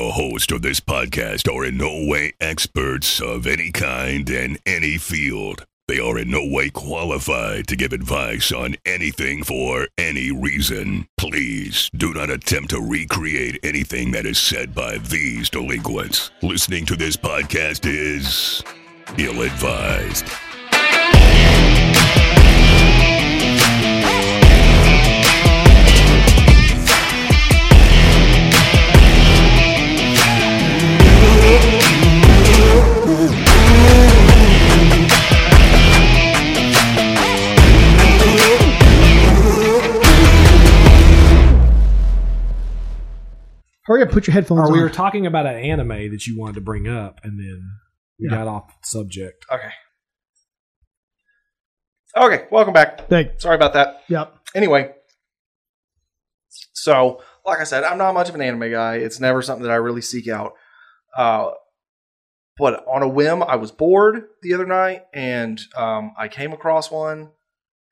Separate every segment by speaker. Speaker 1: hosts of this podcast are in no way experts of any kind in any field. They are in no way qualified to give advice on anything for any reason. Please do not attempt to recreate anything that is said by these delinquents. Listening to this podcast is ill advised.
Speaker 2: Hurry up, put your headphones
Speaker 3: Or
Speaker 2: on.
Speaker 3: we were talking about an anime that you wanted to bring up, and then we
Speaker 2: Yeah.
Speaker 3: got off subject.
Speaker 4: Okay. Okay, welcome back.
Speaker 2: Thank-
Speaker 4: Sorry about that.
Speaker 2: Yep.
Speaker 4: Anyway, so like I said, I'm not much of an anime guy. It's never something that I really seek out. Uh, but on a whim, I was bored the other night, and um, I came across one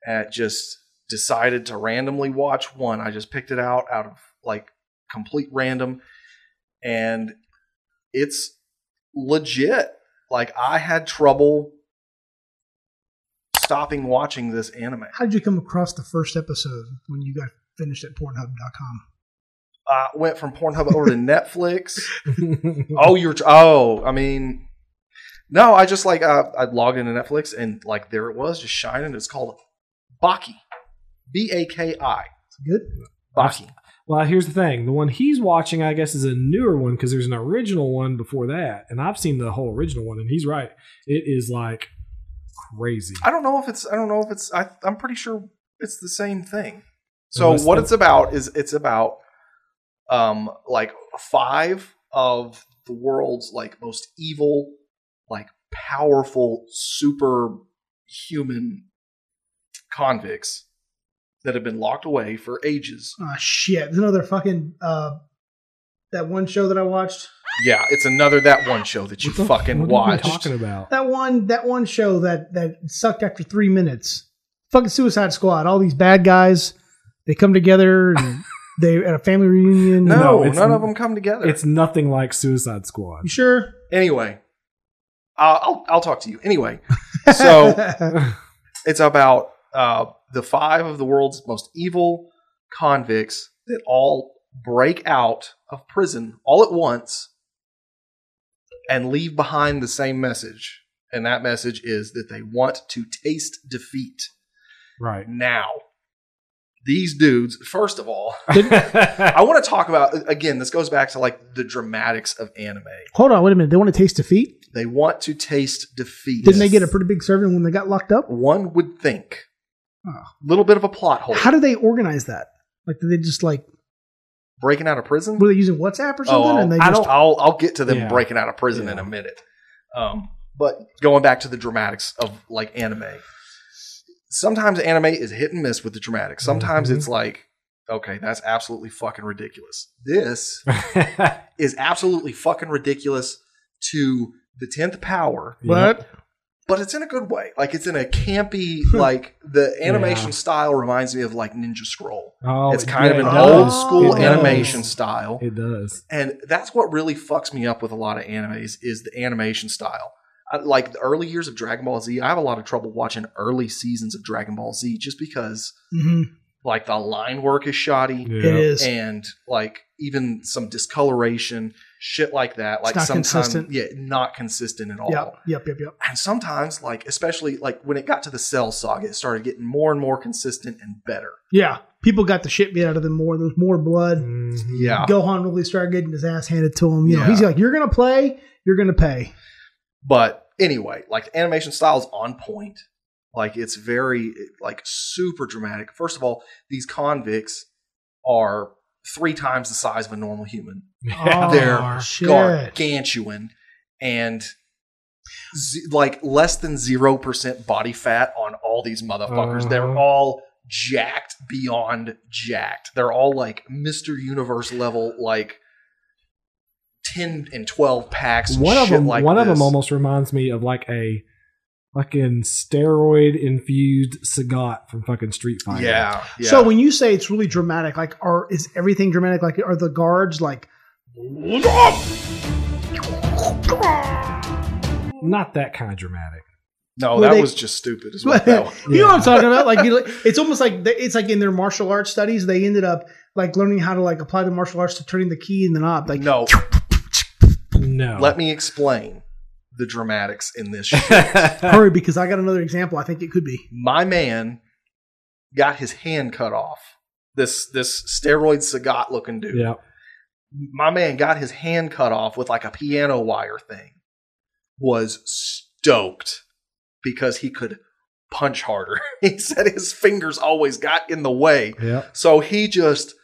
Speaker 4: and just decided to randomly watch one. I just picked it out out of like complete random, and it's legit. Like I had trouble stopping watching this anime.
Speaker 2: How did you come across the first episode when you got finished at Pornhub.com?
Speaker 4: I went from Pornhub over to Netflix.
Speaker 3: oh,
Speaker 4: Oh, you're tr- oh, I mean, no, I just like uh, I logged into Netflix and like there it was, just shining. It's called Baki, B A K I,
Speaker 2: Good.
Speaker 4: Baki.
Speaker 3: well, here's the thing: the one he's watching, I guess, is a newer one because there's an original one before that, and I've seen the whole original one, and he's right; it is like crazy.
Speaker 4: I don't know if it's I don't know if it's I, I'm pretty sure it's the same thing. So
Speaker 3: Unless
Speaker 4: what
Speaker 3: they-
Speaker 4: it's about is it's about um like five of the world's like most evil, like powerful super human convicts that have been locked away for ages.
Speaker 2: Ah, shit. There's another fucking uh, that one show that I watched.
Speaker 4: Yeah, it's another that one show that you
Speaker 3: What the-
Speaker 4: fucking
Speaker 3: what
Speaker 4: watched.
Speaker 3: Are we talking about?
Speaker 2: That one. That one show that that sucked after three minutes. Fucking Suicide Squad. All these bad guys. They come together. and They at a family reunion.
Speaker 4: no,
Speaker 3: No, it's-
Speaker 4: none of them come together.
Speaker 3: It's nothing like Suicide Squad.
Speaker 2: You sure?
Speaker 4: anyway. I'll, I'll I'll talk to you anyway. So It's about uh, the five of the world's most evil convicts that all break out of prison all at once and leave behind the same message. And that message is that they want to taste defeat
Speaker 3: Right.
Speaker 4: now. These dudes, first of all, I
Speaker 3: I
Speaker 4: want to talk about again, this goes back to like the dramatics of anime.
Speaker 2: Hold on. Wait a minute. They want to taste defeat.
Speaker 4: They want to taste defeat.
Speaker 2: Didn't they get a pretty big serving when they got locked up?
Speaker 4: one would think.
Speaker 2: Oh.
Speaker 4: Little bit of a plot hole.
Speaker 2: How do they organize that? Like, did they just like
Speaker 4: Breaking out of prison?
Speaker 2: were they using WhatsApp or something?
Speaker 4: Oh,
Speaker 2: and they
Speaker 4: I
Speaker 2: just
Speaker 4: don't. I'll I'll get to them
Speaker 3: Yeah.
Speaker 4: breaking out of prison in a
Speaker 3: Yeah.
Speaker 4: minute. Um, but going back to the dramatics of like anime, sometimes anime is hit and miss with the dramatics. Sometimes
Speaker 3: Mhm.
Speaker 4: it's like, okay, that's absolutely fucking ridiculous. This is absolutely fucking ridiculous to the tenth power,
Speaker 2: What?
Speaker 4: but it's in a good way. Like it's in a campy, like the animation
Speaker 3: Hmm. Yeah.
Speaker 4: style reminds me of like Ninja Scroll.
Speaker 3: Oh,
Speaker 4: it's kind
Speaker 3: yeah,
Speaker 4: of
Speaker 3: it
Speaker 4: an
Speaker 3: does.
Speaker 4: old school
Speaker 3: It does.
Speaker 4: animation style.
Speaker 3: It does.
Speaker 4: and that's what really fucks me up with a lot of animes is the animation style. I, like the early years of Dragon Ball Z, I have a lot of trouble watching early seasons of Dragon Ball Z just because
Speaker 2: Mhm.
Speaker 4: like the line work is shoddy
Speaker 3: Yeah.
Speaker 2: It is.
Speaker 4: and like even some discoloration, shit like that. Like
Speaker 2: not
Speaker 4: sometimes,
Speaker 2: consistent.
Speaker 4: yeah, not consistent at all.
Speaker 2: Yep. Yep. Yep. Yep.
Speaker 4: And sometimes, like especially like when it got to the Cell Saga, it started getting more and more consistent and better.
Speaker 2: Yeah. People got the shit beat out of them more. There was more blood.
Speaker 3: Mhm.
Speaker 2: Mm-hmm.
Speaker 4: Yeah,
Speaker 2: Gohan really started getting his ass handed to him. You know,
Speaker 4: Yeah.
Speaker 2: he's like, "You're gonna play. You're gonna pay."
Speaker 4: But anyway, like the animation style is on point. Like it's very like super dramatic. First of all, these convicts are three times the size of a normal human.
Speaker 2: Oh,
Speaker 4: They're
Speaker 2: shit.
Speaker 4: gargantuan and z- like less than zero percent body fat on all these motherfuckers. They're
Speaker 3: Uh-huh.
Speaker 4: all jacked beyond jacked. They're all like Mr. Universe level, like ten and twelve packs. And
Speaker 3: one of
Speaker 4: shit
Speaker 3: them
Speaker 4: like
Speaker 3: one of
Speaker 4: this.
Speaker 3: them almost reminds me of like a fucking steroid infused Sagat from fucking Street Fighter.
Speaker 4: Yeah, yeah.
Speaker 2: So when you say it's really dramatic, like, are is everything dramatic? Like, are the guards like
Speaker 3: Not that kind of dramatic.
Speaker 4: No,
Speaker 2: Well,
Speaker 4: that
Speaker 2: they-
Speaker 4: was just stupid. Is what that was.
Speaker 2: you know what I'm talking about? Like, you know, it's almost like the, it's like in their martial arts studies, they ended up like learning how to like apply the martial arts to turning the key in the knob. Like,
Speaker 4: no,
Speaker 3: No.
Speaker 4: let me explain the dramatics in this. Shit.
Speaker 2: hurry because I got another example. I think it could be.
Speaker 4: My man got his hand cut off. This this steroid Sagat looking dude.
Speaker 3: yeah.
Speaker 4: my man got his hand cut off with like a piano wire thing was stoked because he could punch harder. he said his fingers always got in the way.
Speaker 3: Yeah.
Speaker 4: So he just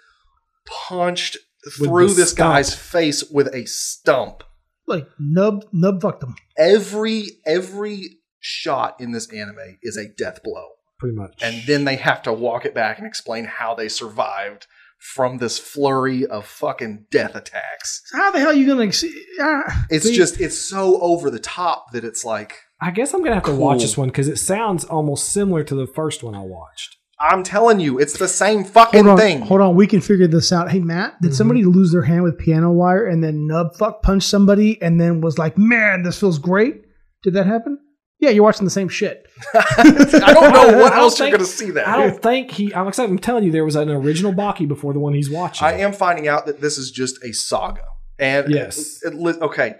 Speaker 4: punched
Speaker 3: the
Speaker 4: through this
Speaker 3: stump.
Speaker 4: guy's face with a stump.
Speaker 2: Like nub nub fucked them.
Speaker 4: Every every shot in this anime is a death blow.
Speaker 3: Pretty much.
Speaker 4: And then they have to walk it back and explain how they survived from this flurry of fucking death attacks.
Speaker 2: How the hell are you gonna? ex- ah.
Speaker 4: It's
Speaker 3: See-
Speaker 4: just it's so over the top that it's like
Speaker 3: I guess I'm gonna have to watch
Speaker 4: Cool.
Speaker 3: this one because it sounds almost similar to the first one I watched.
Speaker 4: I'm telling you, it's the same fucking
Speaker 2: Hold on,
Speaker 4: thing. Mm-hmm.
Speaker 2: hold on. We can figure this out. Hey Matt, did
Speaker 3: Mhm.
Speaker 2: somebody lose their hand with piano wire and then nub fuck punched somebody and then was like, man, this feels great? Did that happen? Yeah, you're watching the same shit.
Speaker 4: I don't
Speaker 3: I
Speaker 4: know
Speaker 3: don't
Speaker 4: what else you're
Speaker 3: think-
Speaker 4: gonna see that.
Speaker 3: I don't think he. I'm excited. I'm telling you, there was an original Baki before the one he's watching.
Speaker 4: I am finding out that this is just a saga. And
Speaker 3: Yes.
Speaker 4: it, li- okay.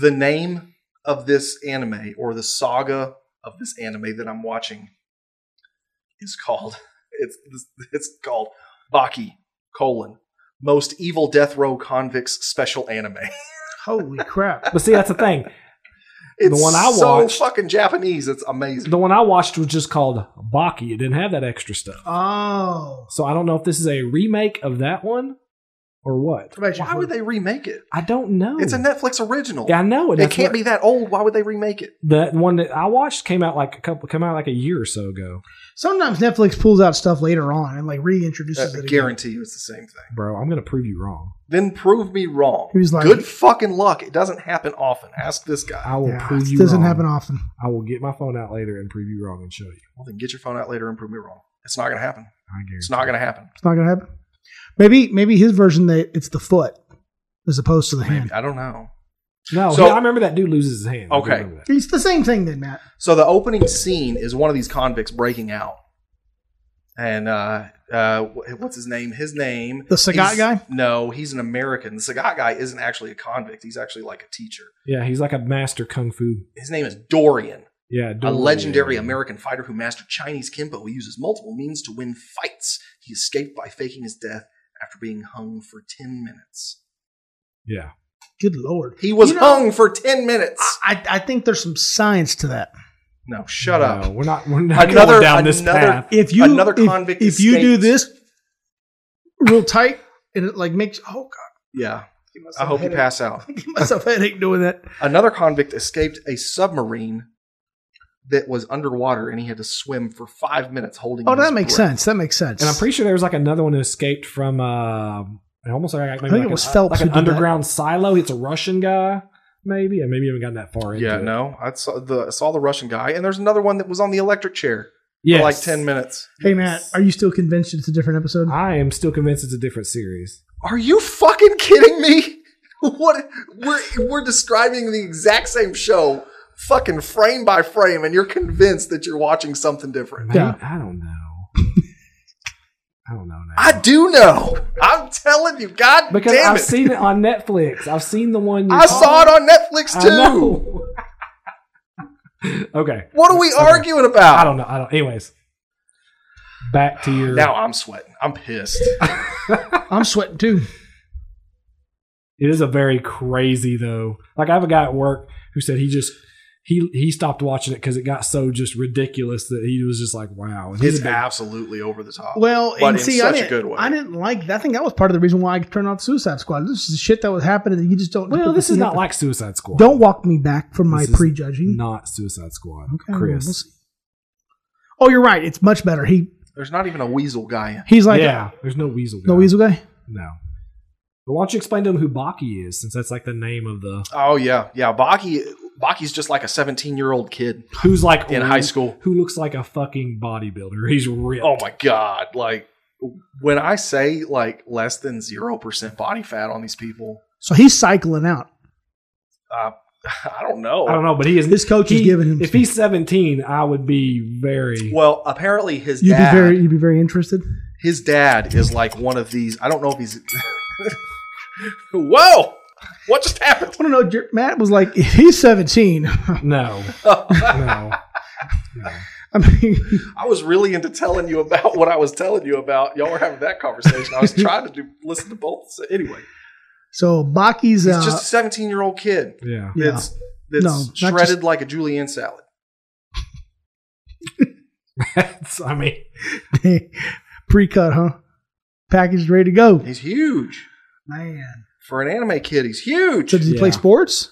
Speaker 4: The name of this anime or the saga of this anime that I'm watching is called it's it's called Baki colon most evil death row convicts special anime.
Speaker 2: Holy crap.
Speaker 3: But see, that's the thing.
Speaker 4: It's
Speaker 3: one I
Speaker 4: so
Speaker 3: watched-
Speaker 4: fucking Japanese. It's amazing.
Speaker 3: The one I watched was just called Baki. It didn't have that extra stuff.
Speaker 2: Oh.
Speaker 3: So I don't know if this is a remake of that one or what.
Speaker 4: Why would they remake it?
Speaker 3: I don't know.
Speaker 4: It's a Netflix original.
Speaker 3: Yeah, I know. and
Speaker 4: it
Speaker 3: that's
Speaker 4: can't
Speaker 3: what-
Speaker 4: be that old. Why would they remake it?
Speaker 3: The one that I watched came out like a couple, come out like a year or so ago,
Speaker 2: Sometimes Netflix pulls out stuff later on and like
Speaker 4: I
Speaker 2: reintroduces it. Again.
Speaker 4: guarantee you it's the same thing.
Speaker 3: bro. I'm gonna prove you wrong.
Speaker 4: Then prove me wrong.
Speaker 2: He was like-
Speaker 4: Good fucking luck. It doesn't happen often. Ask this guy.
Speaker 3: I will
Speaker 2: Yeah,
Speaker 3: prove
Speaker 2: it
Speaker 3: you.
Speaker 2: doesn't
Speaker 3: wrong.
Speaker 2: happen often.
Speaker 3: I will get my phone out later and prove you wrong and show you.
Speaker 4: Well, then get your phone out later and prove me wrong. It's not going to happen.
Speaker 3: I guarantee.
Speaker 4: It's not going to happen.
Speaker 2: It's not gonna happen. Maybe maybe his version they it's the foot as opposed to the hand.
Speaker 4: Maybe. I don't know.
Speaker 3: No,
Speaker 4: So-
Speaker 3: yeah, I remember that dude loses his hand. I do
Speaker 4: Okay.
Speaker 3: remember that.
Speaker 2: It's the same thing then, Matt.
Speaker 4: So the opening scene is one of these convicts breaking out. And uh, uh, wh- what's his name? His name.
Speaker 2: The Sagat
Speaker 4: he's-
Speaker 2: guy?
Speaker 4: No, he's an American. The Sagat guy isn't actually a convict. He's actually like a teacher.
Speaker 3: Yeah, he's like a master kung fu.
Speaker 4: His name is Dorian.
Speaker 3: Yeah,
Speaker 4: a
Speaker 3: don't worry.
Speaker 4: legendary American fighter who mastered Chinese Kempo. He uses multiple means to win fights. He escaped by faking his death after being hung for 10 minutes.
Speaker 3: Yeah,
Speaker 2: Good lord.
Speaker 4: He was
Speaker 2: You know-
Speaker 4: hung for 10 minutes.
Speaker 2: I, I think there's some science to that.
Speaker 4: No, shut
Speaker 3: No,
Speaker 4: up.
Speaker 3: We're not. We're not
Speaker 4: Another-
Speaker 3: going down this
Speaker 4: another-
Speaker 3: path.
Speaker 2: If you
Speaker 4: Another
Speaker 2: if-
Speaker 4: convict
Speaker 2: if, you do
Speaker 4: escaped.
Speaker 2: this real tight and it like makes oh god,
Speaker 4: Yeah,
Speaker 2: I give
Speaker 4: I
Speaker 2: myself
Speaker 4: hope
Speaker 2: a
Speaker 4: you
Speaker 2: headache.
Speaker 4: pass out.
Speaker 2: I give myself a headache doing that.
Speaker 4: Another convict escaped a submarine that was underwater and he had to swim for five minutes holding
Speaker 2: Oh,
Speaker 4: in
Speaker 2: that
Speaker 4: his
Speaker 2: makes
Speaker 4: breath.
Speaker 2: sense. That makes sense.
Speaker 3: And I'm pretty sure there was like another one who escaped from. Uh, I almost like maybe
Speaker 2: I think
Speaker 3: like
Speaker 2: it was
Speaker 3: an, uh,
Speaker 2: Phelps
Speaker 3: like
Speaker 2: who
Speaker 3: an
Speaker 2: did that.
Speaker 3: underground silo. It's a Russian guy, maybe. And maybe you haven't gotten that far into
Speaker 4: Yeah,
Speaker 3: it.
Speaker 4: no. I saw the I saw the Russian guy, and there's another one that was on the electric chair
Speaker 3: Yes.
Speaker 4: for like ten minutes.
Speaker 2: hey Matt, are you still convinced it's a different episode?
Speaker 3: I am still convinced it's a different series.
Speaker 4: Are you fucking kidding me? What we're we're describing the exact same show, fucking frame by frame, and you're convinced that you're watching something different.
Speaker 3: Maybe-
Speaker 2: Yeah.
Speaker 3: I don't know. I don't know. Now.
Speaker 4: I do know. I'm telling you, god
Speaker 3: because
Speaker 4: damn
Speaker 3: I've
Speaker 4: it.
Speaker 3: seen it on Netflix. I've seen the one.
Speaker 4: I saw it on Netflix too.
Speaker 3: too. okay.
Speaker 4: What are we
Speaker 3: Okay.
Speaker 4: arguing
Speaker 3: I
Speaker 4: about?
Speaker 3: don't know. I don't. Anyways, back to your.
Speaker 4: Now I'm sweating. I'm pissed.
Speaker 2: I'm sweating too.
Speaker 3: It is a very crazy though. Like I have a guy at work who said he just he he stopped watching it because it got so just ridiculous that he was just like, wow. And he's
Speaker 4: It's
Speaker 3: a big-
Speaker 4: absolutely over the top.
Speaker 2: Well,
Speaker 4: But
Speaker 2: and
Speaker 4: in
Speaker 2: see, I
Speaker 4: such a
Speaker 2: didn't,
Speaker 4: good way.
Speaker 2: I didn't like. I think that was part of the reason why I turned off Suicide Squad. This is shit that was happening that you just don't.
Speaker 3: well, this is not like Suicide Squad.
Speaker 2: Don't walk me back from my
Speaker 3: This is
Speaker 2: prejudging.
Speaker 3: not Suicide Squad,
Speaker 2: Okay,
Speaker 3: Chris.
Speaker 2: we'll see. Oh, you're right. It's much better. He
Speaker 4: There's not even a weasel guy in.
Speaker 2: he's like
Speaker 3: yeah, there's no weasel. Guy.
Speaker 2: no weasel guy.
Speaker 3: No. But why don't you explain to him who Baki is, since that's like the name of the
Speaker 4: Oh yeah, yeah. Baki, Baki's just like a 17 year old kid
Speaker 3: who's like
Speaker 4: in high school.
Speaker 3: who looks like a fucking bodybuilder. He's ripped.
Speaker 4: Oh my Oh god! Like when I say like less than 0% body fat on these people,
Speaker 2: So he's cycling out.
Speaker 4: I don't know.
Speaker 3: I don't know, but he is.
Speaker 2: This coach is
Speaker 3: he-
Speaker 2: giving him.
Speaker 3: If he's 17, I would be very.
Speaker 4: Well, apparently his
Speaker 2: you'd be
Speaker 4: dad,
Speaker 2: very, you'd be very interested.
Speaker 4: his dad is like one of these. I don't know if he's. Whoa! What just happened?
Speaker 2: I don't know. Jer- Matt was like, if he's 17.
Speaker 3: No,
Speaker 4: I
Speaker 3: no.
Speaker 2: I mean,
Speaker 4: was really into telling you about what I was telling you about. Y'all were having that conversation. I was trying to do listen to both. So anyway,
Speaker 2: so Baki's
Speaker 4: he's
Speaker 2: uh,
Speaker 4: just a seventeen-year-old kid
Speaker 3: Yeah.
Speaker 2: yeah.
Speaker 4: that's that's
Speaker 2: No, not
Speaker 4: shredded
Speaker 2: just-
Speaker 4: like a julienne salad.
Speaker 3: That's, I mean,
Speaker 2: pre-cut, huh? Packaged, ready to go.
Speaker 4: He's huge
Speaker 2: Man,
Speaker 4: for an anime kid. He's huge.
Speaker 2: so does he play
Speaker 3: Yeah.
Speaker 2: sports?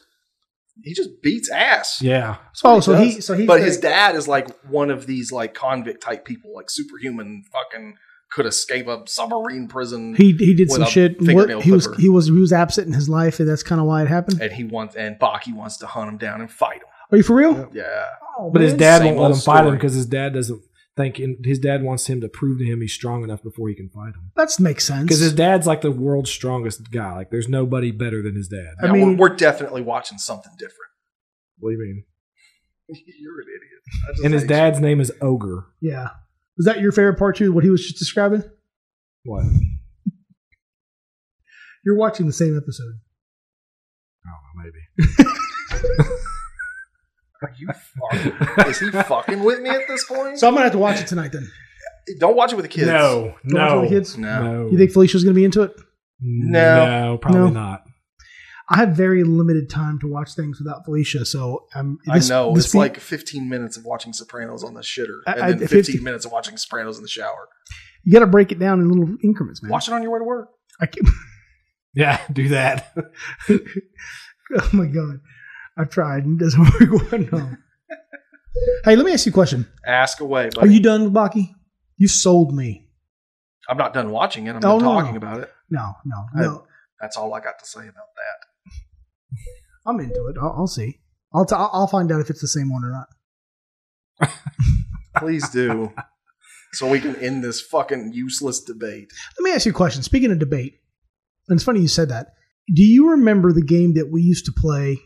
Speaker 4: He just beats ass.
Speaker 3: yeah.
Speaker 2: Oh, so
Speaker 4: does.
Speaker 2: he, so he,
Speaker 4: But his dad is like one of these like convict type people, like superhuman, fucking could escape a submarine prison.
Speaker 2: he, he did
Speaker 4: with
Speaker 2: some
Speaker 4: a
Speaker 2: shit. and
Speaker 4: fingernail
Speaker 2: What, he was,
Speaker 4: clipper.
Speaker 2: he was, he was absent in his life, and that's kind of why it happened.
Speaker 4: and he wants and Baki wants to hunt him down and fight him.
Speaker 2: Are you for real?
Speaker 4: Yeah,
Speaker 2: Oh,
Speaker 3: But his
Speaker 2: man.
Speaker 3: dad
Speaker 4: Same
Speaker 3: won't let
Speaker 4: old
Speaker 3: him fight him
Speaker 4: story.
Speaker 3: because his dad doesn't think and his dad wants him to prove to him he's strong enough before he can fight him.
Speaker 2: That makes sense.
Speaker 3: Because his dad's like the world's strongest guy. Like, there's nobody better than his dad.
Speaker 2: I
Speaker 4: Now,
Speaker 2: mean-
Speaker 4: we're, we're definitely watching something different.
Speaker 3: What do you mean?
Speaker 4: You're an idiot. I just
Speaker 3: And his
Speaker 4: hate you.
Speaker 3: dad's name is Ogre.
Speaker 2: yeah. Was that your favorite part too? What he was just describing?
Speaker 3: What?
Speaker 2: You're watching the same episode.
Speaker 3: I don't know, maybe.
Speaker 4: Are you fuck- is he fucking with me at this point?
Speaker 2: So I'm gonna have to watch it tonight then.
Speaker 4: Don't watch it with the kids.
Speaker 3: No,
Speaker 2: Don't watch it
Speaker 3: no,
Speaker 2: with the kids.
Speaker 4: no.
Speaker 3: no.
Speaker 2: You think Felicia's gonna be into it?
Speaker 3: No, probably
Speaker 2: No.
Speaker 3: not.
Speaker 2: I have very limited time to watch things without Felicia, so I'm.
Speaker 4: I know
Speaker 2: this
Speaker 4: it's
Speaker 2: be-
Speaker 4: like 15 minutes of watching Sopranos on the shitter,
Speaker 2: I-
Speaker 4: and
Speaker 2: I-
Speaker 4: then 15
Speaker 2: 15
Speaker 4: minutes of watching Sopranos in the shower.
Speaker 2: you got to break it down in little increments, man.
Speaker 4: Watch it on your way to work.
Speaker 2: I can't,
Speaker 3: Yeah, do that.
Speaker 2: oh my god, I've tried and it doesn't work. Well, no. hey, let me ask you a question.
Speaker 4: Ask away.
Speaker 2: Are
Speaker 4: Buddy.
Speaker 2: you done with Baki? You sold me.
Speaker 4: I'm not done watching it. I'm
Speaker 2: Oh,
Speaker 4: done
Speaker 2: no, no.
Speaker 4: talking about it.
Speaker 2: No, no,
Speaker 4: I-
Speaker 2: no.
Speaker 4: That's all I got to say about that.
Speaker 2: I, am into it. I'll, I'll see. I'll t- I'll I'll find out if it's the same one or not.
Speaker 4: Please do, so we can end this fucking useless debate.
Speaker 2: Let me ask you a question. Speaking of debate, and it's funny you said that. Do you remember the game that we used to play?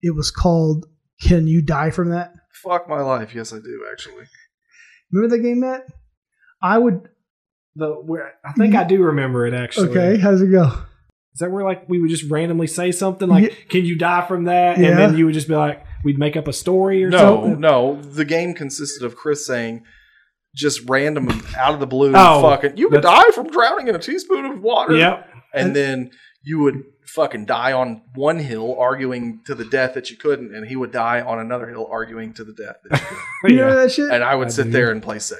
Speaker 2: It was called "Can You Die from That."
Speaker 4: Fuck my life. Yes, I do actually.
Speaker 2: Remember that game, Matt? I would.
Speaker 3: The where I think I do remember it actually.
Speaker 2: Okay, how's it go?
Speaker 3: Is that where like we would just randomly say something like, "Can you die from that?" And
Speaker 2: Yeah.
Speaker 3: then you would just be like, "We'd make up a story or
Speaker 4: No,
Speaker 3: something."
Speaker 4: no. The game consisted of Chris saying just random out of the blue,
Speaker 3: Oh,
Speaker 4: fucking, you could
Speaker 3: that's-
Speaker 4: die from drowning in a teaspoon of water.
Speaker 3: Yep.
Speaker 4: And then you would fucking die on one hill arguing to the death that you couldn't, and he would die on another hill arguing to the death. That you
Speaker 2: You
Speaker 3: Yeah.
Speaker 2: remember that shit?
Speaker 4: could. and I would
Speaker 3: I
Speaker 4: sit
Speaker 3: do.
Speaker 4: there and play Sega.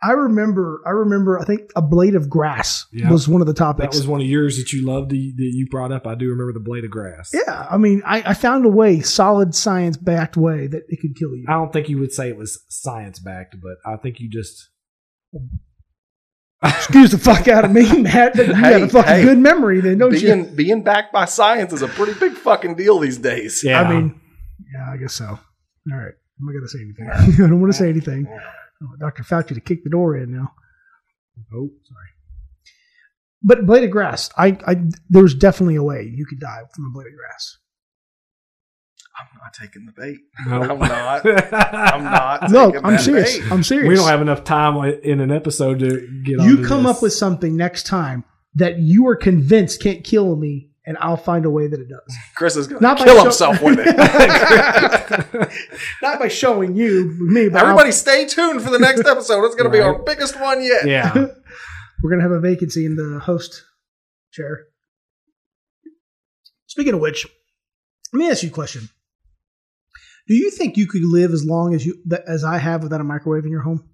Speaker 2: I remember. I remember. I think a blade of grass
Speaker 3: Yeah.
Speaker 2: was one of the
Speaker 3: That
Speaker 2: topics.
Speaker 3: was one of yours that you loved that you brought up. I do remember the blade of grass.
Speaker 2: yeah, I mean, I, I found a way, solid science backed way that it could kill you.
Speaker 3: I don't think you would say it was science backed, but I think you just
Speaker 2: Excuse the fuck out of me, Matt. But you
Speaker 4: Hey,
Speaker 2: have a fucking
Speaker 4: hey.
Speaker 2: good memory, then, don't
Speaker 4: being
Speaker 2: you?
Speaker 4: being backed by science is a pretty big fucking deal these days.
Speaker 3: yeah.
Speaker 2: I mean, yeah, I guess so. All right, I'm not gonna say anything. I don't want to say anything. I want Dr. Fauci to kick the door in now.
Speaker 3: oh,
Speaker 2: But blade of grass, I, I there was definitely a way you could die from a blade of grass.
Speaker 4: I'm not taking the bait.
Speaker 3: no.
Speaker 4: I'm not. I'm
Speaker 3: I'm
Speaker 4: not.
Speaker 2: No,
Speaker 4: taking
Speaker 2: I'm
Speaker 4: that
Speaker 2: serious.
Speaker 4: bait.
Speaker 2: I'm serious.
Speaker 3: We don't have enough time in an episode to get.
Speaker 2: you
Speaker 3: onto
Speaker 2: come
Speaker 3: this.
Speaker 2: up with something next time that you are convinced can't kill me, and I'll find a way that it does.
Speaker 4: Chris is going to
Speaker 2: Not by
Speaker 4: kill
Speaker 2: show-
Speaker 4: himself with it.
Speaker 2: Not by showing you me, but I'll-
Speaker 4: Everybody, stay tuned for the next episode. It's going to be our
Speaker 3: Right.
Speaker 4: biggest one yet.
Speaker 3: yeah.
Speaker 2: we're gonna have a vacancy in the host chair. Speaking of which, let me ask you a question: Do you think you could live as long as you that- as I have without a microwave in your home?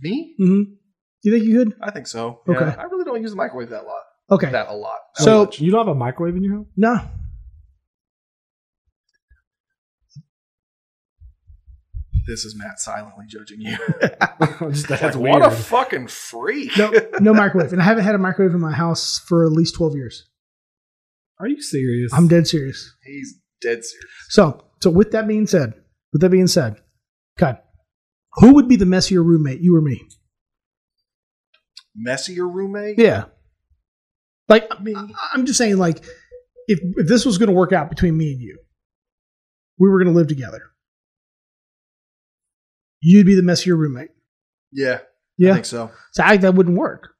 Speaker 4: Me?
Speaker 2: Mm-hmm. Do you think you could?
Speaker 4: I think so.
Speaker 2: Okay.
Speaker 4: Yeah, I really don't use the microwave that lot.
Speaker 2: Okay,
Speaker 4: That a lot. That
Speaker 2: So-
Speaker 4: much.
Speaker 3: You don't have a microwave in your home?
Speaker 2: no.
Speaker 4: this is Matt silently judging you.
Speaker 3: Just,
Speaker 4: Like,
Speaker 3: that's
Speaker 4: what a
Speaker 3: weird.
Speaker 4: fucking freak.
Speaker 2: No, no microwave, and I haven't had a microwave in my house for at least twelve years.
Speaker 3: Are you serious?
Speaker 2: I'm dead serious.
Speaker 4: He's dead serious.
Speaker 2: So, so with that being said, with that being said, okay, who would be the messier roommate, you or me?
Speaker 4: messier roommate.
Speaker 2: Yeah. Like
Speaker 4: I mean,
Speaker 2: I- I'm just saying, like, if, if this was going to work out between me and you, we were going to live together. You'd be the messier roommate.
Speaker 4: yeah, I
Speaker 2: Yeah.
Speaker 4: think so.
Speaker 2: So I, that wouldn't work.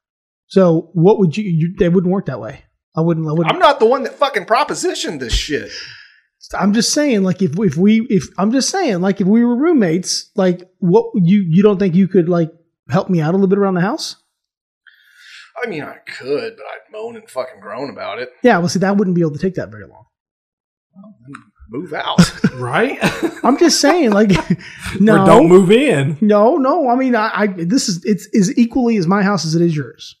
Speaker 2: So what would you, you? They wouldn't work that way. I wouldn't. I wouldn't.
Speaker 4: I'm not the one that fucking propositioned this shit.
Speaker 2: I'm just saying, like, if if we if I'm just saying, like, if we were roommates, like, what you you don't think you could like help me out a little bit around the house?
Speaker 4: I mean, I could, but I'd moan and fucking groan about it.
Speaker 2: Yeah, well, see, that wouldn't be able to take that very long.
Speaker 4: Move out.
Speaker 3: right?
Speaker 2: I'm just saying, like, no,
Speaker 3: Or don't move in.
Speaker 2: no, no. I mean, I, I this is it's is equally as my house as it is yours.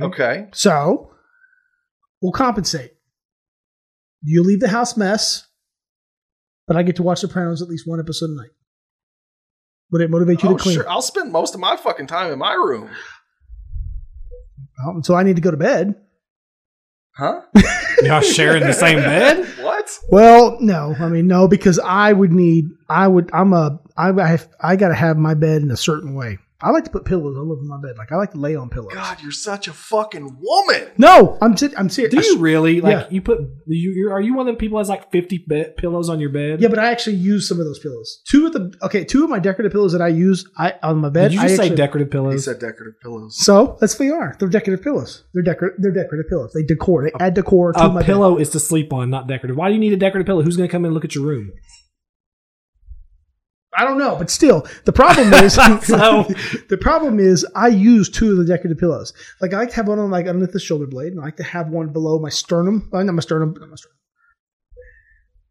Speaker 3: Okay.
Speaker 4: okay.
Speaker 2: So we'll compensate. You leave the house mess, but I get to watch Sopranos at least one episode a night. Would it motivate you
Speaker 4: Oh,
Speaker 2: to clean?
Speaker 4: sure. I'll spend most of my fucking time in my room.
Speaker 2: Um, so I need to go to bed.
Speaker 4: Huh?
Speaker 3: Y'all sharing the same bed?
Speaker 4: What?
Speaker 2: Well, no, I mean no, because I would need. I would. I'm a. I I, have- I got to have my bed in a certain way. I like to put pillows all over my bed. Like I like to lay on pillows.
Speaker 4: God, you're such a fucking woman.
Speaker 2: No, I'm. si- I'm serious.
Speaker 3: Do you really like
Speaker 2: Yeah.
Speaker 3: you put you? You're, are you one of them people that has like fifty be- pillows on your bed?
Speaker 2: Yeah, but I actually use some of those pillows. Two of the okay, two of my decorative pillows that I use I on my bed.
Speaker 3: Did you just
Speaker 2: I
Speaker 3: say
Speaker 2: actually-
Speaker 3: decorative
Speaker 4: He
Speaker 3: pillows?
Speaker 4: said decorative pillows.
Speaker 2: So that's what they are. They're decorative pillows. They're decor. They're decorative pillows. They decor. They add decor to my
Speaker 3: a
Speaker 2: bed.
Speaker 3: pillow is to sleep on, not decorative. Why do you need a decorative pillow? Who's going to come in and look at your room?
Speaker 2: I don't know, but still, the problem is
Speaker 3: So-
Speaker 2: the problem is I use two of the decorative pillows. Like I like to have one on like underneath the shoulder blade, and I like to have one below my sternum. Uh, Not my sternum, not my sternum.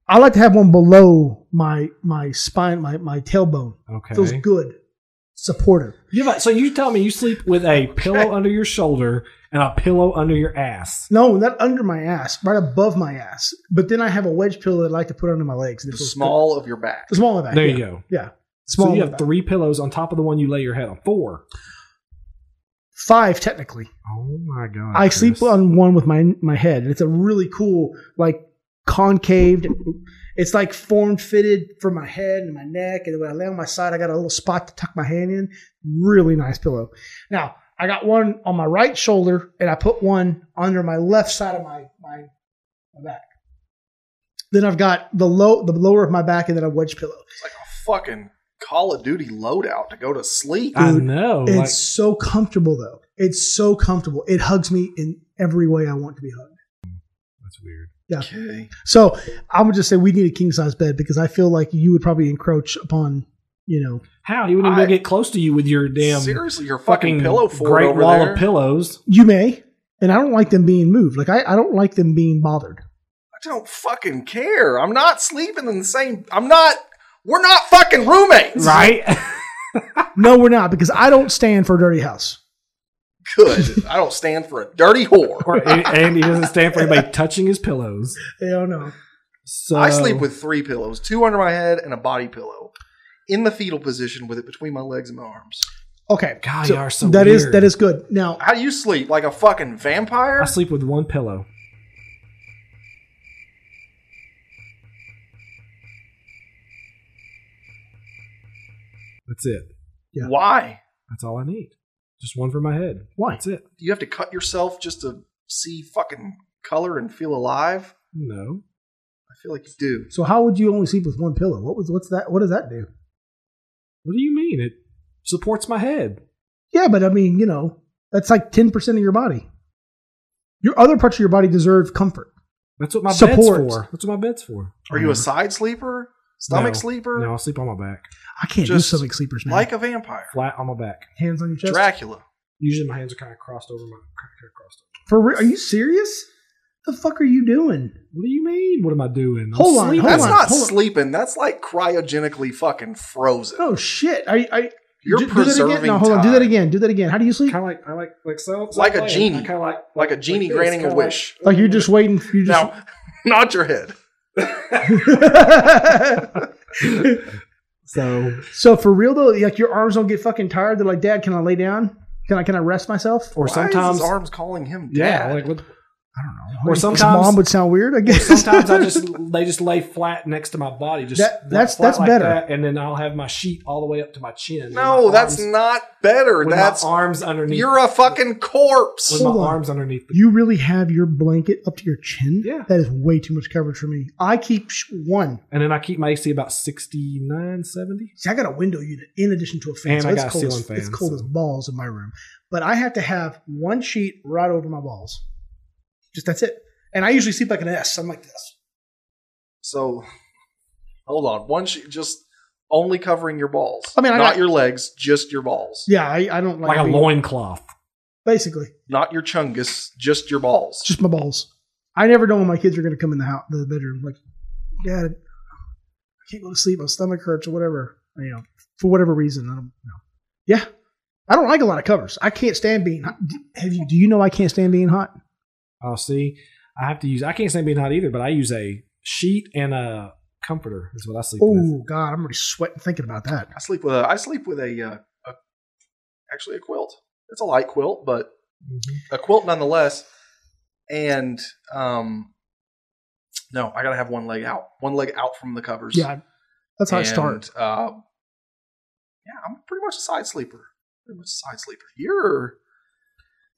Speaker 2: I like to have one below my my spine, my my tailbone.
Speaker 3: Okay.
Speaker 2: Feels good, supportive.
Speaker 3: You have a- so you tell me you sleep with a pillow under your shoulder and a pillow under your ass.
Speaker 2: No, not under my ass, right above my ass. But then I have a wedge pillow that I like to put under my legs. and it
Speaker 4: The
Speaker 2: feels
Speaker 4: small of your back.
Speaker 2: good. the small of that.
Speaker 3: There
Speaker 2: yeah.
Speaker 3: you go.
Speaker 2: Yeah, small.
Speaker 3: So you
Speaker 2: of
Speaker 3: have
Speaker 2: that.
Speaker 3: three pillows on top of the one you lay your head on. Four.
Speaker 2: five technically.
Speaker 3: Oh my god.
Speaker 2: I sleep on one with my my head, and it's a really cool, like concaved. It's like form fitted for my head and my neck, and when I lay on my side, I got a little spot to tuck my hand in. Really nice pillow. Now I got one on my right shoulder, and I put one under my left side of my my, my back. Then I've got the low the lower of my back, and then a wedge pillow.
Speaker 4: It's like a fucking Call of Duty loadout to go to sleep.
Speaker 3: I
Speaker 2: Dude,
Speaker 3: know.
Speaker 2: it's
Speaker 3: Like,
Speaker 2: so comfortable though. It's so comfortable. It hugs me in every way I want to be hugged.
Speaker 3: that's weird.
Speaker 4: okay.
Speaker 2: So I would just say we need a king size bed because I feel like you would probably encroach upon, you know.
Speaker 3: How he wouldn't even
Speaker 4: I-
Speaker 3: get close to you with your damn
Speaker 4: Seriously, your fucking,
Speaker 3: fucking
Speaker 4: pillow fort
Speaker 3: great
Speaker 4: over
Speaker 3: wall
Speaker 4: there.
Speaker 3: of pillows.
Speaker 2: You may, and I don't like them being moved. Like I, I don't like them being bothered.
Speaker 4: I don't fucking care. I'm not sleeping in the same. I'm not. We're not fucking roommates.
Speaker 3: Right?
Speaker 2: No, we're not because I don't stand for a dirty house.
Speaker 4: Good. I don't stand for a dirty whore.
Speaker 3: or, and and he doesn't stand for anybody touching his pillows.
Speaker 2: Hell no.
Speaker 3: So
Speaker 4: I sleep with three pillows, two under my head and a body pillow, in the fetal position with it between my legs and my arms.
Speaker 2: Okay,
Speaker 3: God, you are so
Speaker 2: that is-
Speaker 3: weird.
Speaker 2: that is good. Now
Speaker 4: How do you sleep? Like a fucking vampire?
Speaker 3: I sleep with one pillow. That's it.
Speaker 2: yeah.
Speaker 4: Why?
Speaker 3: That's all I need. Just one for my head.
Speaker 2: why?
Speaker 3: That's it.
Speaker 4: Do you have to cut yourself just to see fucking color and feel alive?
Speaker 3: No.
Speaker 4: I feel like you do.
Speaker 2: So how would you only sleep with one pillow? What was what's that? What does that do?
Speaker 3: What do you mean? It supports my head.
Speaker 2: Yeah, but I mean, you know, that's like ten percent of your body. Your other parts of your body deserve comfort.
Speaker 3: That's what my
Speaker 2: Support.
Speaker 3: bed's for. That's what my bed's for.
Speaker 4: Are you a side sleeper? Stomach sleeper?
Speaker 3: Mm-hmm. No, I'll sleep on my back.
Speaker 2: I can't
Speaker 4: Just
Speaker 2: do stomach sleepers, man.
Speaker 4: Like a vampire.
Speaker 3: Flat on my back.
Speaker 2: hands on your chest.
Speaker 4: Dracula.
Speaker 3: Usually my hands are kind of crossed over my kind of crossed
Speaker 2: For
Speaker 3: over.
Speaker 2: real? Are you serious? The fuck are you doing?
Speaker 3: What do you mean? What am I doing? I'm
Speaker 2: Hold on,
Speaker 3: sleeping.
Speaker 2: hold
Speaker 4: That's
Speaker 2: on.
Speaker 4: not sleeping. That's like cryogenically fucking frozen.
Speaker 2: Oh shit! I, I
Speaker 4: You're
Speaker 2: do, do that
Speaker 4: preserving
Speaker 2: again. No, hold on. Do that again. Do that again. How do you sleep?
Speaker 3: Kind of like I like like so so
Speaker 4: Like a
Speaker 3: I
Speaker 4: genie.
Speaker 3: Kind of like
Speaker 4: Like a genie
Speaker 3: this,
Speaker 4: granting
Speaker 3: kinda
Speaker 4: a wish.
Speaker 2: Like you're just waiting. You just
Speaker 4: Now, nod your head.
Speaker 3: so
Speaker 2: so for real though, like your arms don't get fucking tired. They're like, Dad, can I lay down? Can I can I rest myself?
Speaker 3: or
Speaker 4: Why is his
Speaker 3: sometimes
Speaker 4: arms calling him
Speaker 3: yeah
Speaker 4: dad.
Speaker 3: like what,
Speaker 2: I don't know.
Speaker 3: Or
Speaker 2: His
Speaker 3: sometimes-
Speaker 2: mom would sound weird. I guess
Speaker 3: Sometimes I just they just lay flat next to my body, just
Speaker 2: That-
Speaker 3: flat
Speaker 2: that's- that's
Speaker 3: like
Speaker 2: better.
Speaker 3: that, and then I'll have my sheet all the way up to my chin. and
Speaker 4: No,
Speaker 3: my
Speaker 4: that's
Speaker 3: arms-
Speaker 4: not better.
Speaker 3: With
Speaker 4: That's
Speaker 3: my arms underneath.
Speaker 4: you're a fucking corpse.
Speaker 3: with my
Speaker 2: Hold on.
Speaker 3: arms underneath. The,
Speaker 2: you really have your blanket up to your chin.
Speaker 3: Yeah.
Speaker 2: that is way too much coverage for me. I keep sh- one.
Speaker 3: and then I keep my AC about 69, 70.
Speaker 2: See, I got a window unit in addition to a fan.
Speaker 3: And I
Speaker 2: it's
Speaker 3: got a
Speaker 2: cold
Speaker 3: ceiling
Speaker 2: as,
Speaker 3: fan,
Speaker 2: It's cold
Speaker 3: so-
Speaker 2: as balls in my room, but I have to have one sheet right over my balls. Just that's it. And I usually sleep like an S. I'm like this.
Speaker 4: So hold on. One she just only covering your balls.
Speaker 2: I mean, I
Speaker 4: not
Speaker 2: got-
Speaker 4: your legs, just your balls.
Speaker 2: Yeah, I, I don't like,
Speaker 3: Like a
Speaker 2: being-
Speaker 3: loincloth.
Speaker 2: Basically,
Speaker 4: Not your chungus, just your balls.
Speaker 2: just my balls. I never know when my kids are going to come in the house, the bedroom. Like, Dad, I can't go to sleep. My stomach hurts or whatever. Or, You know, for whatever reason, I don't know. Yeah, I don't like a lot of covers. I can't stand being. Hot. D- Have you? Do you know I can't stand being hot?
Speaker 3: Oh, see, I have to use. I can't say being hot either, but I use a sheet and a comforter. Is what I sleep with.
Speaker 2: Oh God, I'm already sweating thinking about that.
Speaker 4: I sleep with a I sleep with a, uh, a actually a quilt. It's a light quilt, but
Speaker 2: Mm-hmm.
Speaker 4: a quilt nonetheless. And um no, I gotta have one leg out. One leg out from the covers.
Speaker 2: Yeah, that's how I
Speaker 4: And,
Speaker 2: start.
Speaker 4: Uh, yeah, I'm pretty much a side sleeper. Pretty much a side sleeper. You're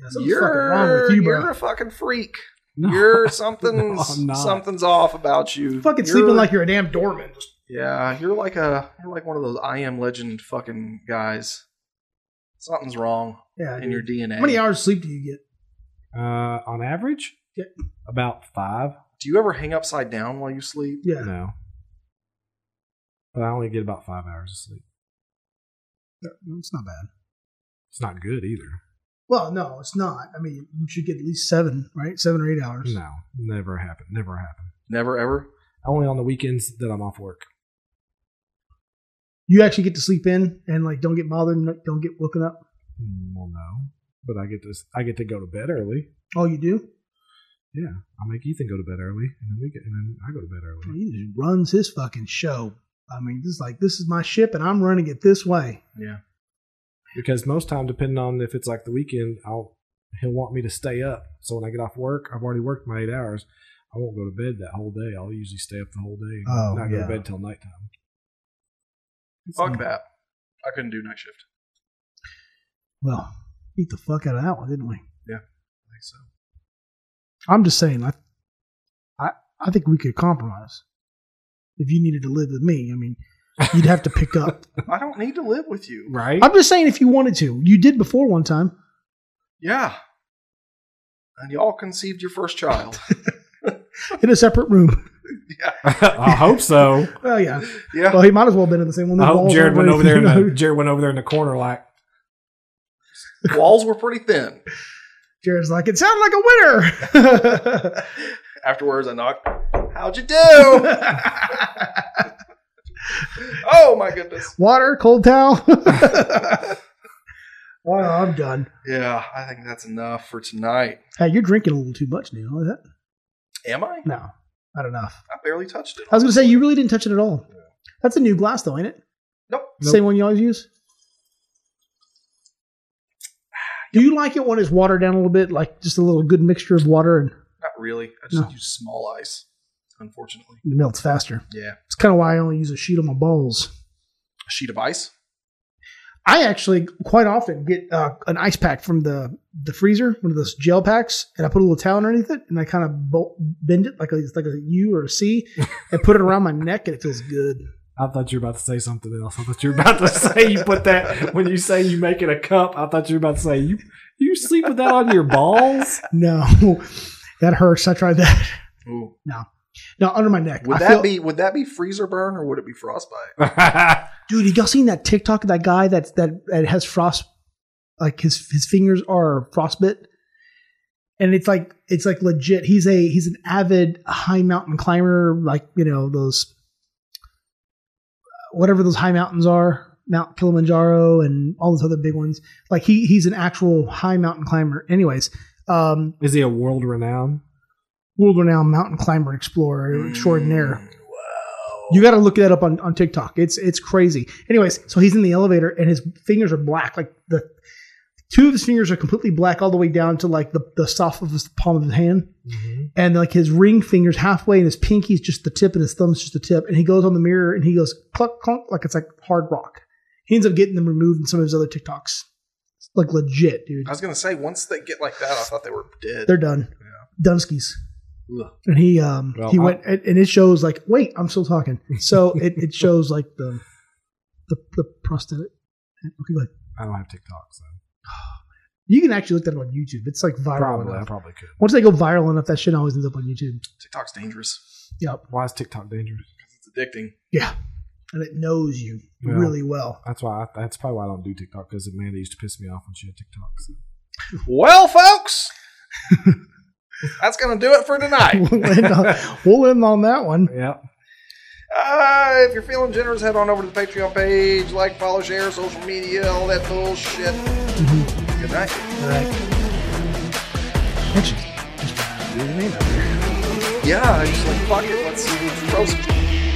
Speaker 2: Something's
Speaker 4: you're
Speaker 2: fucking wrong with you, bro.
Speaker 4: are a fucking freak.
Speaker 3: No.
Speaker 4: You're something's
Speaker 3: I'm not.
Speaker 4: something's off about you.
Speaker 2: Fucking
Speaker 4: You're-
Speaker 2: sleeping like you're a damn doorman.
Speaker 4: yeah. You're like a you're like one of those I am legend fucking guys. Something's wrong
Speaker 2: Yeah.
Speaker 4: in your
Speaker 2: dude.
Speaker 4: DNA.
Speaker 2: How many hours sleep do you get?
Speaker 3: Uh, on average,
Speaker 2: Yeah.
Speaker 3: about five.
Speaker 4: Do you ever hang upside down while you sleep?
Speaker 2: Yeah.
Speaker 3: No, but I only get about five hours of sleep.
Speaker 2: No, It's not bad.
Speaker 3: It's not good either.
Speaker 2: Well, no, it's not. I mean, you should get at least seven, right? Seven or eight hours.
Speaker 3: No, never happened. Never happened.
Speaker 4: Never ever.
Speaker 3: Only on the weekends that I'm off work.
Speaker 2: You actually get to sleep in and like don't get bothered, and don't get woken up.
Speaker 3: Mm, Well, no, but I get to I get to go to bed early.
Speaker 2: All you do,
Speaker 3: I make Ethan go to bed early, and then we get, and then I go to bed early.
Speaker 2: he just runs his fucking show. I mean, this is like this is my ship, and I'm running it this way.
Speaker 3: because most time depending on if it's like the weekend i'll he'll want me to stay up so when i get off work i've already worked my eight hours i won't go to bed that whole day i'll usually stay up the whole day
Speaker 2: Oh,
Speaker 3: and not go
Speaker 2: yeah.
Speaker 3: to bed till nighttime
Speaker 4: Fuck that. I couldn't do night shift.
Speaker 2: Well, beat the fuck out of that one, didn't we?
Speaker 4: I think so.
Speaker 2: I'm just saying, I, I, I think we could compromise. If you needed to live with me, I mean, you'd have to pick up.
Speaker 4: I don't need to live with you.
Speaker 3: right
Speaker 2: I'm just saying, if you wanted to, you did before one time.
Speaker 4: Yeah. And y'all conceived your first child.
Speaker 2: in a separate room.
Speaker 3: i hope so
Speaker 2: Oh yeah.
Speaker 4: yeah.
Speaker 2: Well, he might as well have been in the same one.
Speaker 3: i hope
Speaker 2: Balls
Speaker 3: jared went
Speaker 2: everywhere,
Speaker 3: over there
Speaker 2: you
Speaker 3: in the,
Speaker 2: know.
Speaker 3: jared went over there in the corner like
Speaker 4: Walls were pretty thin.
Speaker 2: Jared's like, it sounded like a winner.
Speaker 4: Afterwards, I knocked. How'd you do? oh my goodness.
Speaker 2: Water, cold towel. oh, I'm done.
Speaker 4: Yeah, I think that's enough for tonight.
Speaker 2: Hey, you're drinking a little too much, Neil. Is that?
Speaker 4: Am I?
Speaker 2: No, not enough.
Speaker 4: I barely touched it.
Speaker 2: I was gonna say you really didn't touch it at all. That's a new glass, though, ain't it?
Speaker 4: Nope.
Speaker 3: Nope.
Speaker 2: Same one you always use. Do you like it when it's watered down a little bit, like just a little good mixture of water and
Speaker 4: Not really. I just
Speaker 2: No.
Speaker 4: use small ice, unfortunately.
Speaker 2: it melts faster?
Speaker 4: Yeah.
Speaker 2: It's kind of why I only use a sheet on my balls.
Speaker 4: A sheet of ice.
Speaker 2: I actually quite often get uh, an ice pack from the the freezer, one of those gel packs, and I put a little towel underneath it, and I kind of bo- bend it like a, it's like a U or a C, and put it around my neck, and it feels good.
Speaker 3: i thought you were about to say something else i thought you were about to say you put that when you say you make it a cup i thought you were about to say you you sleep with that on your balls
Speaker 2: No, that hurts. I tried that.
Speaker 4: Ooh.
Speaker 2: No, under my neck.
Speaker 4: Would
Speaker 2: I
Speaker 4: that
Speaker 2: feel-
Speaker 4: be would that be freezer burn or would it be frostbite?
Speaker 2: dude? Have y'all seen that TikTok of that guy that's that, that has frost, like his his fingers are frostbit, and it's like it's like legit. He's a he's an avid high mountain climber, like you know those whatever those high mountains are, Mount Kilimanjaro and all those other big ones. Like he he's an actual high mountain climber. Anyways, um,
Speaker 3: is he a world renowned
Speaker 2: world renowned mountain climber explorer extraordinaire.
Speaker 4: Mm, Wow.
Speaker 2: You got to look that up on, on TikTok. It's it's crazy. Anyways, so he's in the elevator and his fingers are black, like the Two of his fingers are completely black all the way down to like the, the soft of his palm of his hand. And like his ring finger's halfway and his pinky's just the tip and his thumb's just the tip. And he goes on the mirror and he goes cluck clunk like it's like hard rock. He ends up getting them removed in some of his other TikToks. It's like legit, dude.
Speaker 4: I was gonna say once they get like that, I thought they were dead.
Speaker 2: They're done. Dunskies.
Speaker 4: Ugh.
Speaker 2: And he um
Speaker 3: Well,
Speaker 2: he
Speaker 3: I-
Speaker 2: went and and it shows like wait I'm still talking so it, it shows like the the, the prosthetic okay go ahead.
Speaker 3: I don't have TikTok, so
Speaker 2: you can actually look that up on YouTube it's like viral
Speaker 3: probably I
Speaker 2: enough
Speaker 3: probably could.
Speaker 2: once they go viral enough that shit always ends up on YouTube
Speaker 4: TikTok's dangerous.
Speaker 2: yep
Speaker 3: Why is TikTok dangerous?
Speaker 4: It's addicting.
Speaker 2: yeah and it knows you
Speaker 3: Yeah.
Speaker 2: really well
Speaker 3: That's why. I, that's probably why I don't do TikTok because Amanda used to piss me off when she had TikTok. so.
Speaker 4: Well, folks, that's gonna do it for tonight.
Speaker 2: we'll, end on, we'll end on that one
Speaker 3: Yeah.
Speaker 4: Uh, if you're feeling generous, head on over to the Patreon page, like, follow, share, social media, all that bullshit. Good night.
Speaker 2: all right actually just do the name out there.
Speaker 4: Yeah, I just like fuck it. Let's, let's throw some